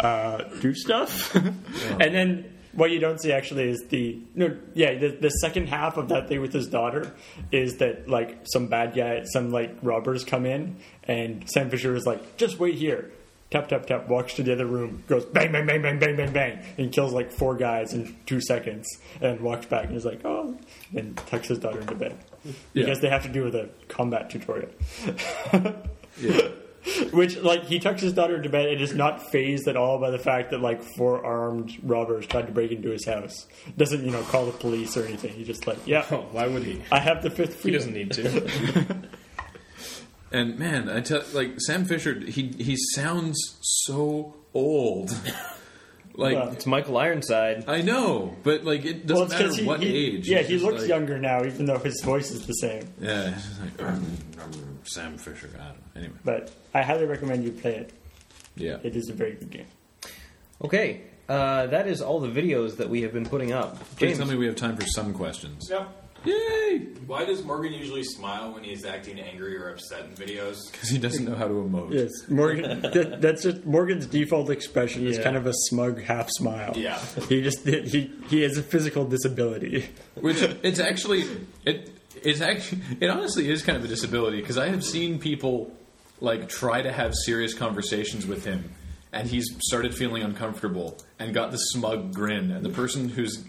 uh, do stuff. and then what you don't see actually is the no, yeah, the, the second half of that thing with his daughter is that like some bad guy, some like robbers come in, and Sam Fisher is like, just wait here. Tap tap tap. Walks to the other room, goes bang bang bang bang bang bang bang, and kills like four guys in two seconds, and walks back and is like, oh, and tucks his daughter into bed
Yeah.
because they have to do with a combat tutorial.
yeah.
Which, like, he tucks his daughter into bed and is not phased at all by the fact that, like, four armed robbers tried to break into his house. Doesn't, you know, call the police or anything. He's just like, yeah,
Oh, why would he?
I have the fifth
He
freedom.
doesn't need to.
And man, I tell like Sam Fisher, he he sounds so old. like
Well,
It's Michael Ironside.
I know, but like it doesn't
it's
matter
'cause he-
what
he-
age.
Yeah,
It's
he
just
looks
like-
younger now, even though his voice is the same.
Yeah, it's just like, um, um, Sam Fisher. I don't know. Anyway,
But I highly recommend you play it.
yeah.
It is a very good game.
Okay, uh, that is all the videos that we have been putting up.
Please
James,
tell me we have time for some questions.
Yep.
Yay!
Why does Morgan usually smile when he's acting angry or upset in videos?
Because he doesn't know how to emote.
Yes, Morgan. that, that's just Morgan's default expression is
Yeah.
kind of a smug half smile.
Yeah.
he just he he has a physical disability.
which it's actually it it's actually it honestly is kind of a disability because I have seen people like try to have serious conversations with him, and he's started feeling uncomfortable and got the smug grin, and the person who's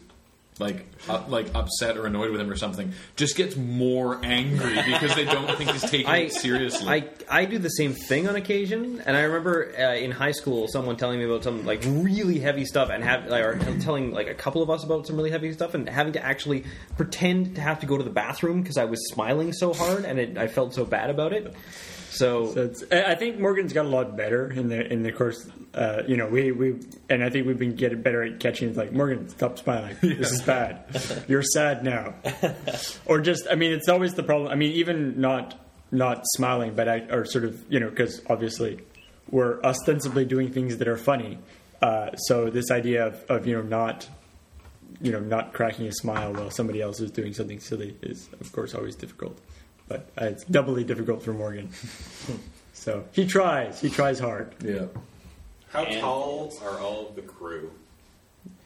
like up, like upset or annoyed with him or something just gets more angry because they don't think he's taking
I-
it seriously.
I, I do the same thing on occasion, and I remember uh, in high school someone telling me about some like really heavy stuff, and have like, or telling like a couple of us about some really heavy stuff, and having to actually pretend to have to go to the bathroom because I was smiling so hard and it, I felt so bad about it. So,
So it's, I I think Morgan's got a lot better in the in the course. Uh, you know, we, we and I think we've been getting better at catching. It's like Morgan, stop smiling. This is bad. You're sad now, or just I mean, it's always the problem. I mean, even not not smiling, but I or sort of you know because obviously we're ostensibly doing things that are funny. Uh, so this idea of, of you know not you know not cracking a smile while somebody else is doing something silly is of course always difficult, but uh, it's doubly difficult for Morgan. So he tries. He tries hard.
yeah,
How
And-
tall are all of the crew?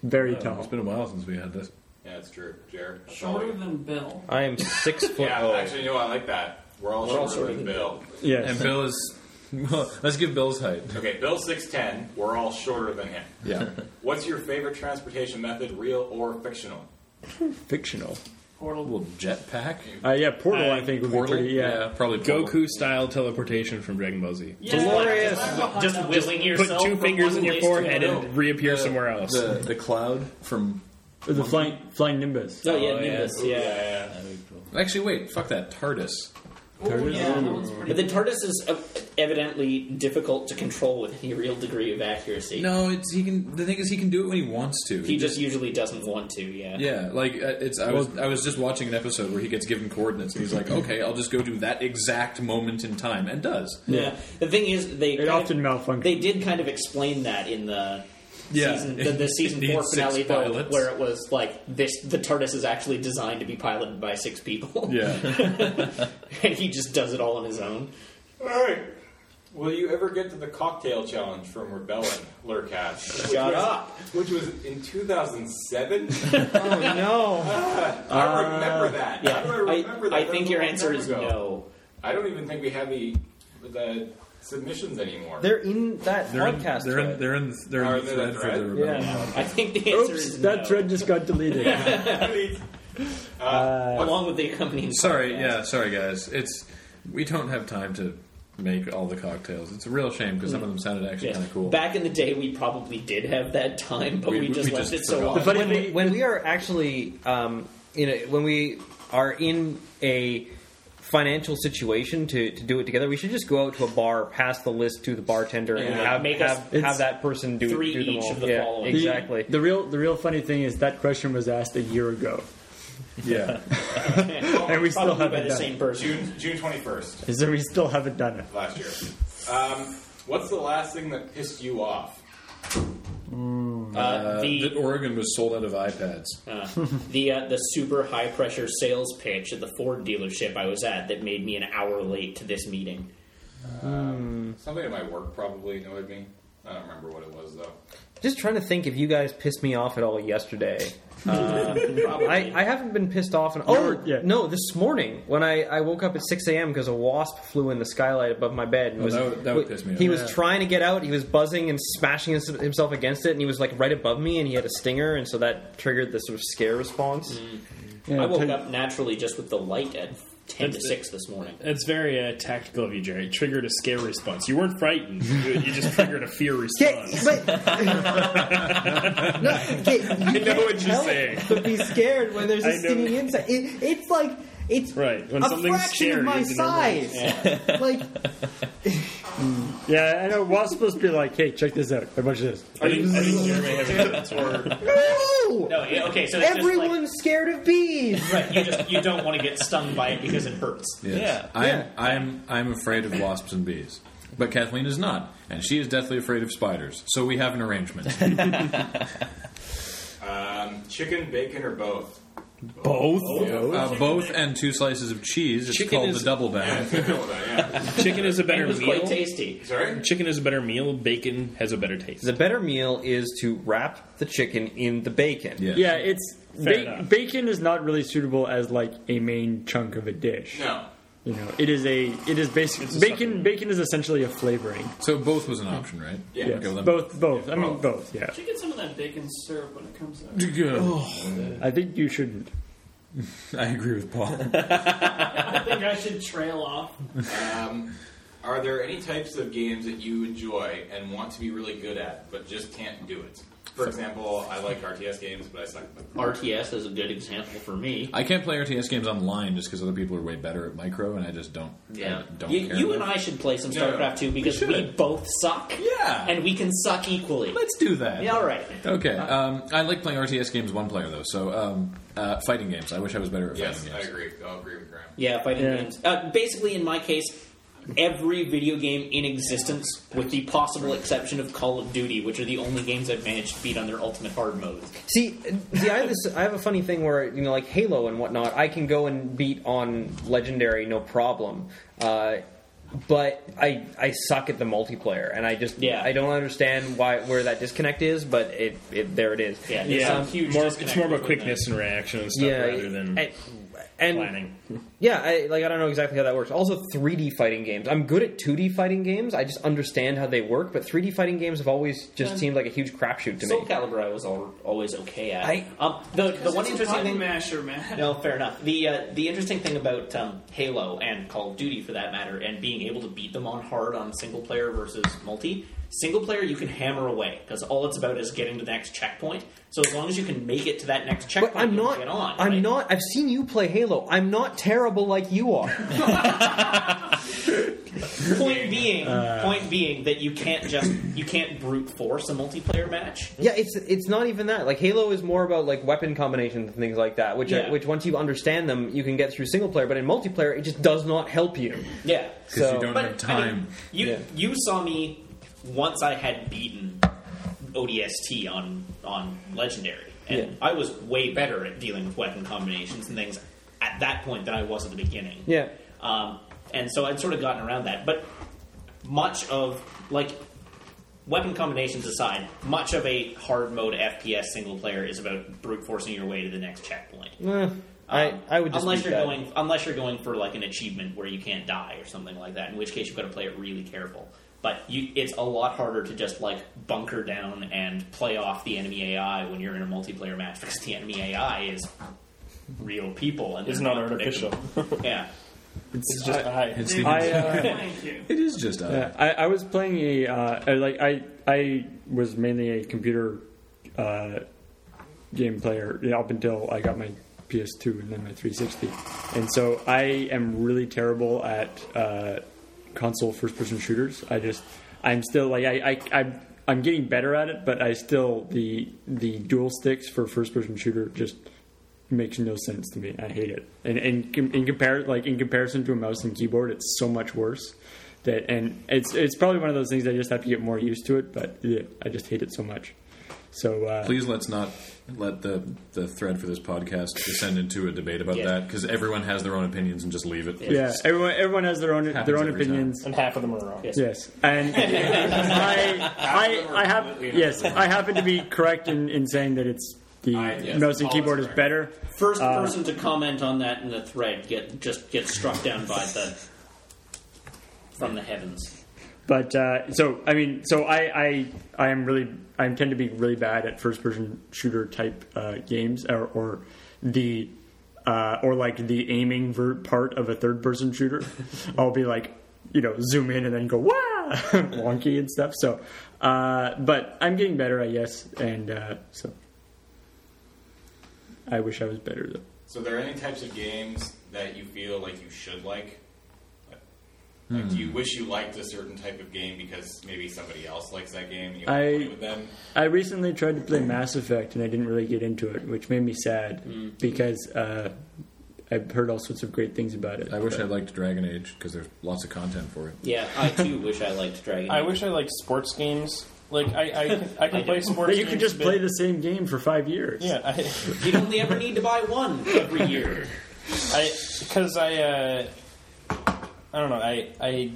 Very
it's
tall.
been a while since we had this.
Yeah, that's true. Jared. that's all
Shorter
we-
than Bill.
I am six foot.
Yeah,
oh.
actually, no, I like that. We're all shorter than Bill.
And
Yes.
Bill is well. Let's give Bill's height.
Okay, Bill's 6'10. We're all shorter than him.
Yeah,
What's your favorite transportation method, real or fictional?
Fictional.
Portal.
little jetpack.
Uh, yeah, Portal. I, think would
Portal.
be pretty. Yeah.
probably Portal.
Goku style teleportation from Dragon Ball Z.
Glorious.
Just
Just whizzing
Put
yourself.
two
from
fingers
one
in your
place to
forehead
another.
and reappear somewhere else.
The, the cloud from.
The flying flying Nimbus.
Oh yeah,
Oh, yeah.
Nimbus. Yeah.
Yeah.
Actually, wait, fuck that. TARDIS.
Ooh, yeah,
that one's pretty
But the TARDIS is uh, evidently difficult to control with any real degree of accuracy.
No, it's he can. The thing is, he can do it when he wants to.
He just usually doesn't want to, yeah.
Yeah, like uh, it's. I was I was just watching an episode where he gets given coordinates, and he's like, "Okay, I'll just go to that exact moment in time," and does.
Yeah. The thing is, they
It
kind
often
of,
malfunctions.
They did kind of explain that in the
Yeah.
season, the, the
It
season
needs
four
six
finale, though,
pilots.
where it was like this: the TARDIS is actually designed to be piloted by six people.
Yeah,
and he just does it all on his own.
All right. Will you ever get to the cocktail challenge from Rebellion Lurkash? which
Shut
was-
up.
Which was in 2007.
Oh no!
I remember that.
Uh, Yeah,
How do I
I,
remember that?
I
That
think
was
your
a long
answer
time
is
ago.
no.
I don't even think we have the the submissions anymore.
They're in that
they're in,
podcast.
they're in,
thread.
they're in, they're in
Are
the
they
thread
the
for
thread?
the rebellion.
Yeah.
I think the answer
Oops,
is
that
no.
thread just got deleted.
Please. Uh,
along with the accompanying.
Sorry,
podcast.
yeah, sorry guys. It's we don't have time to make all the cocktails. It's a real shame because some of them sounded actually
Yeah.
kind of cool.
Back in the day, we probably did have that time, but we,
We- we
just left
just
it so
forgot.
long.
The
But when, we, when we are actually um, in a, when we are in a financial situation to, to do it together, we should just go out to a bar, pass the list to the bartender, and
Yeah.
have
Make us-
have, have that person do
three
do them
each
all.
of the
yeah,
following.
exactly.
The real, the real funny thing is that question was asked a year ago,
yeah,
and we still
probably by
haven't
the
done.
same person.
June June 21st
it. Is that we still haven't done it?
last year. Um, what's the last thing that pissed you off?
Uh, the
that Oregon was sold out of iPads.
Uh, the uh, the super high pressure sales pitch at the Ford dealership I was at that made me an hour late to this meeting.
Something at my work probably annoyed me. I don't remember what it was though.
Just trying to think if you guys pissed me off at all yesterday.
Probably.
I, I haven't been pissed off. In, oh,
yeah.
no, this morning when I, I woke up at 6 a.m. because a wasp flew in the skylight above my bed.
Oh,
And was,
that would- that would piss me
He
off.
was trying to get out. He was buzzing and smashing his, himself against it, and he was like right above me, and he had a stinger, and so that triggered the sort of scare response.
Yeah,
I woke
take-
up naturally just with the light at ten to six this morning.
That's very uh, tactical of you, Jerry. It triggered a scare response. You weren't frightened. You, you just triggered a fear
Yeah,
response.
but no, okay, you
I know
can't
what you're
help
saying.
But be scared when there's
I
a
know.
stinging insect. It, it's like it's
Right, when
a
something's
fraction
scary,
of my
it's an overreaction.
size. Like
Yeah, I know. Wasp supposed to be like, "Hey, check this out. I bunch of this."
I think, I think Jerry may have a good answer.
no,
No, yeah, okay, so it's
everyone's scared of bees.
just like, right, you just you don't want to get stung by it because it hurts.
Yes.
Yeah.
I'm, I'm, I'm afraid of wasps and bees. But Kathleen is not, and she is deathly afraid of spiders. So we have an arrangement.
Um, chicken, bacon, or both?
Oh,
uh, both and two slices of cheese. It's
Chicken
called
is-
the double bag.
yeah.
Chicken is a better
It was quite
meal.
tasty.
Sorry.
Chicken is a better meal. Bacon has a better taste.
The better meal is to wrap the chicken in the bacon.
Yeah.
Yeah, it's
Fair
ba-
enough.
bacon is not really suitable as like a main chunk of a dish.
No.
You know, it is a it is
a
basic bacon.
supplement.
Bacon is essentially a flavoring.
So both was an option, right?
Yeah.
Yes.
Okay, well then-
both, both. I mean, both. Yeah.
should get some of that bacon syrup when it comes out.
Good.
I think you shouldn't.
I agree with Paul.
I think I should trail off.
Um, are there any types of games that you enjoy and want to be really good at, but just can't do it? For example, I like RTS games, but I suck. at them.
RTS is a good example for me.
I can't play RTS games online just because other people are way better at micro, and I just don't. I
Yeah.
don't
you,
care.
you and
enough.
I should play some
No, no,
StarCraft 2 because we,
should.
both suck.
Yeah.
And we can suck equally.
Let's do that.
Yeah, all right.
Okay. Um, I like playing RTS games one player though. So um, uh, fighting games. I wish I was better at
Yes,
fighting
I
games.
agree. I'll agree with Graham.
Yeah, fighting
Yeah.
games. Uh, basically, in my case, every video game in existence, with the possible exception of Call of Duty, which are the only games I've managed to beat on their ultimate hard mode.
See, see, I have this. I have a funny thing where you know, like Halo and whatnot. I can go and beat on Legendary, no problem. Uh, but I I suck at the multiplayer, and I just
Yeah.
I don't understand why where that disconnect is, but it, it there it is.
Yeah, there's
Yeah,
some huge
more,
disconnect
it's more about
between
quickness and reaction and stuff
yeah,
rather than
and, and-
planning.
Yeah, I, like I don't know exactly how that works. Also, 3D fighting games. I'm good at 2D fighting games. I just understand how they work, but 3D fighting games have always
Um,
just seemed like a huge crapshoot to
Soul
me.
Calibur, I was al always okay at.
I-
um, the the one
It's a
interesting
button
thing.
masher, man.
No, fair enough. The uh, the interesting thing about um, Halo and Call of Duty, for that matter, and being able to beat them on hard on single player versus multi. Single player, you can hammer away because all it's about is getting to the next checkpoint. So as long as you can make it to that next checkpoint,
But I'm
you can
not.
get on.
I'm
right?
not. I've seen you play Halo. Halo. I'm not terrible like you are.
point being, point being that you can't just you can't brute force a multiplayer match.
Yeah, it's it's not even that. Like Halo is more about like weapon combinations and things like that, which
Yeah.
which once you understand them, you can get through single player. But in multiplayer, it just does not help you.
Yeah,
'Cause you So- don't
But,
have
I mean,
time.
you
Yeah.
you saw me once I had beaten ODST on on legendary, and
Yeah.
I was way better at dealing with weapon combinations and things at that point than I was at the beginning.
Yeah.
Um, and so I'd sort of gotten around that. But much of, like, weapon combinations aside, much of a hard mode FPS single player is about brute forcing your way to the next checkpoint.
Eh, I I would just
Um, unless you're
that.
going unless you're going for like an achievement where you can't die or something like that, in which case you've got to play it really careful. But you, it's a lot harder to just like bunker down and play off the enemy AI when you're in a multiplayer match because the enemy AI is real people and
It's
they're
not artificial.
predictable. yeah.
It's just
I-
a
it's- I, uh, Thank
It is just a.
Yeah, I, I was playing a uh, I- like I I was mainly a computer uh, game player you know, up until I got my PS2 and then my 360, and so I am really terrible at uh, console first person shooters. I just I'm still like I I. I'm, I'm getting better at it, but I still the the dual sticks for first person shooter just makes no sense to me. I hate it. And and com- in compare like in comparison to a mouse and keyboard, it's so much worse. That and it's it's probably one of those things I just have to get more used to it. But yeah, I just hate it so much. So uh,
Please let's not let the, the thread for this podcast descend into a debate about
Yeah.
that because everyone has their own opinions and just leave it.
yeah, everyone everyone has their own
Happens
their own
every
opinions.
And half of them are wrong.
Yes. And I, I, I have, yes, I happen to be correct in, in saying that it's the
yes,
mouse and
Paul is
keyboard is
correct.
better.
First
Uh,
person to comment on that in the thread get just get struck down by the from the heavens.
But uh, so I mean, so I, I I am really I tend to be really bad at first person shooter type uh, games or, or the uh, or like the aiming ver- part of a third person shooter. I'll be like you know zoom in and then go wow wonky and stuff. So, uh, but I'm getting better, I guess, and uh, so I wish I was better though.
So, are there any types of games that you feel like you should like? Like, do you
Hmm.
wish you liked a certain type of game because maybe somebody else likes that game and you want to play
I
with them?
I recently tried to play Mass Effect and I didn't really get into it, which made me sad because uh, I've heard all sorts of great things about it.
I wish I liked Dragon Age because there's lots of content for it.
Yeah, I too wish I liked Dragon.
I wish I liked sports games. Like I, I, can- I can play sports.
But you could
games,
just
but-
play the same game for five years.
Yeah, I,
You'd only ever need to buy one every year.
I because I uh, I don't know I I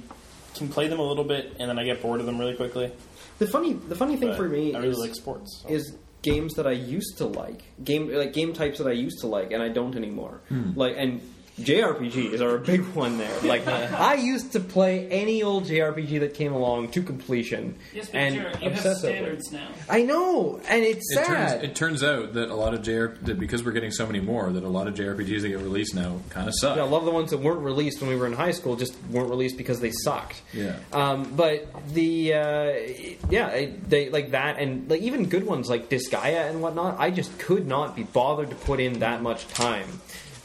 can play them a little bit and then I get bored of them really quickly.
The funny the funny thing
But
for me
I really
is,
like sports. so.
is games that I used to like game like game types that I used to like and I don't anymore.
Hmm.
Like and JRPGs are a big one there. Like I used to play any old JRPG that came along to completion
Yes, but
and
Jared, you have
obsess over it.
standards now.
I know, and it's
It
sad.
turns, it turns out that a lot of JR that because we're getting so many more that a lot of JRPGs that get released now kind of suck.
Yeah, a lot of the ones that weren't released when we were in high school just weren't released because they sucked.
Yeah.
Um, but the uh, yeah, it- they like that, and like even good ones like Disgaea and whatnot. I just could not be bothered to put in that much time.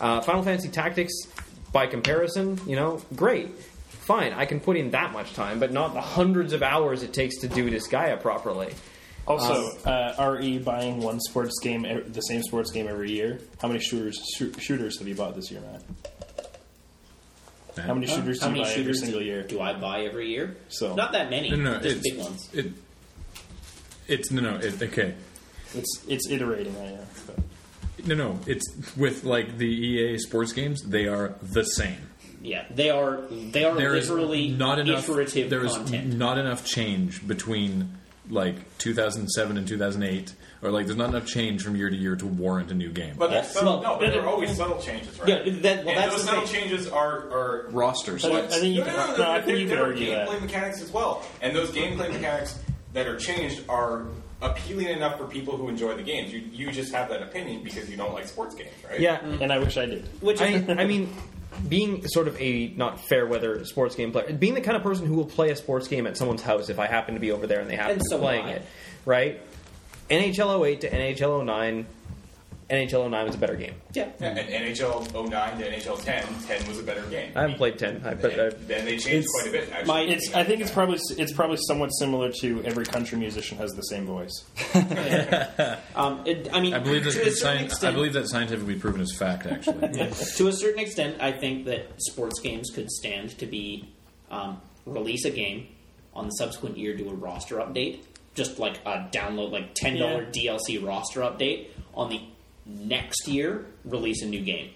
Uh, Final Fantasy Tactics, by comparison, you know, great, fine. I can put in that much time, but not the hundreds of hours it takes to do Disgaea properly.
Um,
Also, uh, re buying one sports game, ev- the same sports game every year. How many shooters shoo- shooters have you bought this year, Matt? How many shooters
How
do you
many
buy every
shooters
single
do-
year?
Do I buy every year?
So
Not that many.
No, no, no,
just
it's-
big ones.
It, it's no, no. It, okay,
it's it's iterating. I know. but-
no, no. It's with like the EA sports games. They are the same.
Yeah, they are. They are
There is
literally
not enough.
iterative
there is
content.
not enough change between like 2007 and 2008, or like there's not enough change from year to year to warrant a new game.
But that's
Yeah.
subtle,
Well,
no, but there
it-
are always subtle changes, right?
Yeah, that- well,
and
that's
those
the
subtle
thing.
changes are, are
Rosters.
I think- I think you
no,
can-
no, no,
no, I
there-
think you
there
can
are
argue
gameplay
that.
mechanics as well, and those gameplay mechanics that are changed are appealing enough for people who enjoy the games. You you just have that opinion because you don't like sports games, right?
Yeah,
And I wish I did.
Which
I,
is,
I mean, being sort of a not fair weather sports game player, being the kind of person who will play a sports game at someone's house if I happen to be over there and they happen
And
to
so
be playing
am I.
oh it, right? NHL 08 to NHL 09, NHL 09 was oh a better game.
Yeah. And NHL 09 to NHL 10, 10 was a better game.
I haven't played 10. I, but I,
Then then they changed quite a bit. Actually,
My, it's, I think it's probably it's probably somewhat similar to every country musician has the same voice.
Um, it, I mean,
I believe
to a
that
certain
sci- I
extent-
believe that scientifically proven as fact. Actually,
to a certain extent, I think that sports games could stand to be um, release a game on the subsequent year, do a roster update, just like a download, like ten dollar DLC roster update on the next year, release a new game,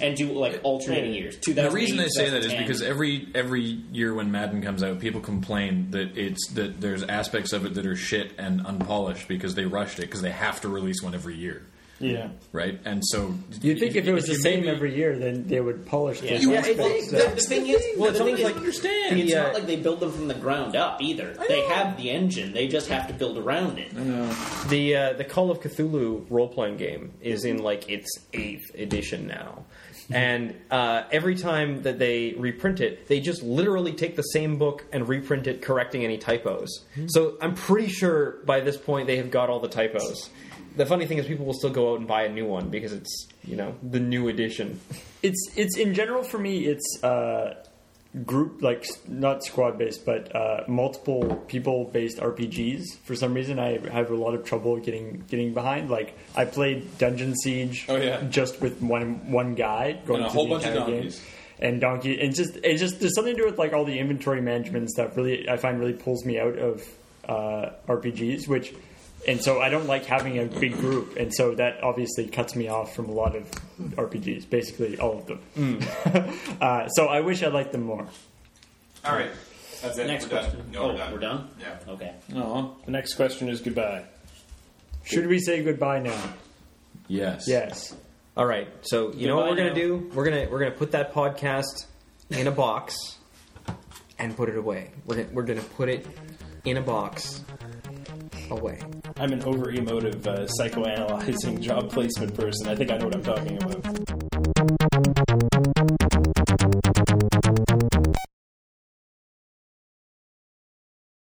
and do like alternating years.
The reason they say that is
2008,
because every every year when Madden comes out, people complain that it's that there's aspects of it that are shit and unpolished because they rushed it because they have to release one every year,
Yeah.
right? And so
You'd think if it was the same every year, then they would polish
Yeah.
those
Yeah,
aspects.
it-
that-
the, the thing is,
Well,
the
some
thing is,
people
like,
don't understand.
It's
Yeah.
not like they build them from the ground up either. They have the engine; they just have to build around it.
Mm-hmm.
The uh, the Call of Cthulhu role playing game is in like its eighth edition now, and uh, every time that they reprint it, they just literally take the same book and reprint it, correcting any typos. So I'm pretty sure by this point they have got all the typos. The funny thing is, people will still go out and buy a new one because it's you know the new edition.
it's it's in general for me it's uh group like s- not squad based but uh multiple people based rpgs for some reason i have a lot of trouble getting getting behind like i played dungeon siege
Oh, yeah.
just with one one guy going
And a
through
whole
the
bunch of
entire game.
donkeys.
and donkey and just it just there's something to do with like all the inventory management and stuff really i find really pulls me out of uh rpgs which and so I don't like having a big group, and so that obviously cuts me off from a lot of RPGs, basically all of them.
Hmm.
uh, so I wish I liked them more.
All right. That's it.
Next
we're done.
question.
No,
Oh,
we're done.
we're done?
Yeah.
Okay.
No. The next question is goodbye.
Should we say goodbye now?
yes,
Yes.
All right, so you know what we're gonna do? We're gonna we're gonna put that podcast in a box and put it away. We're gonna, we're gonna put it in a box away.
I'm an over emotive uh, psychoanalyzing job placement person. I think I know what I'm talking about.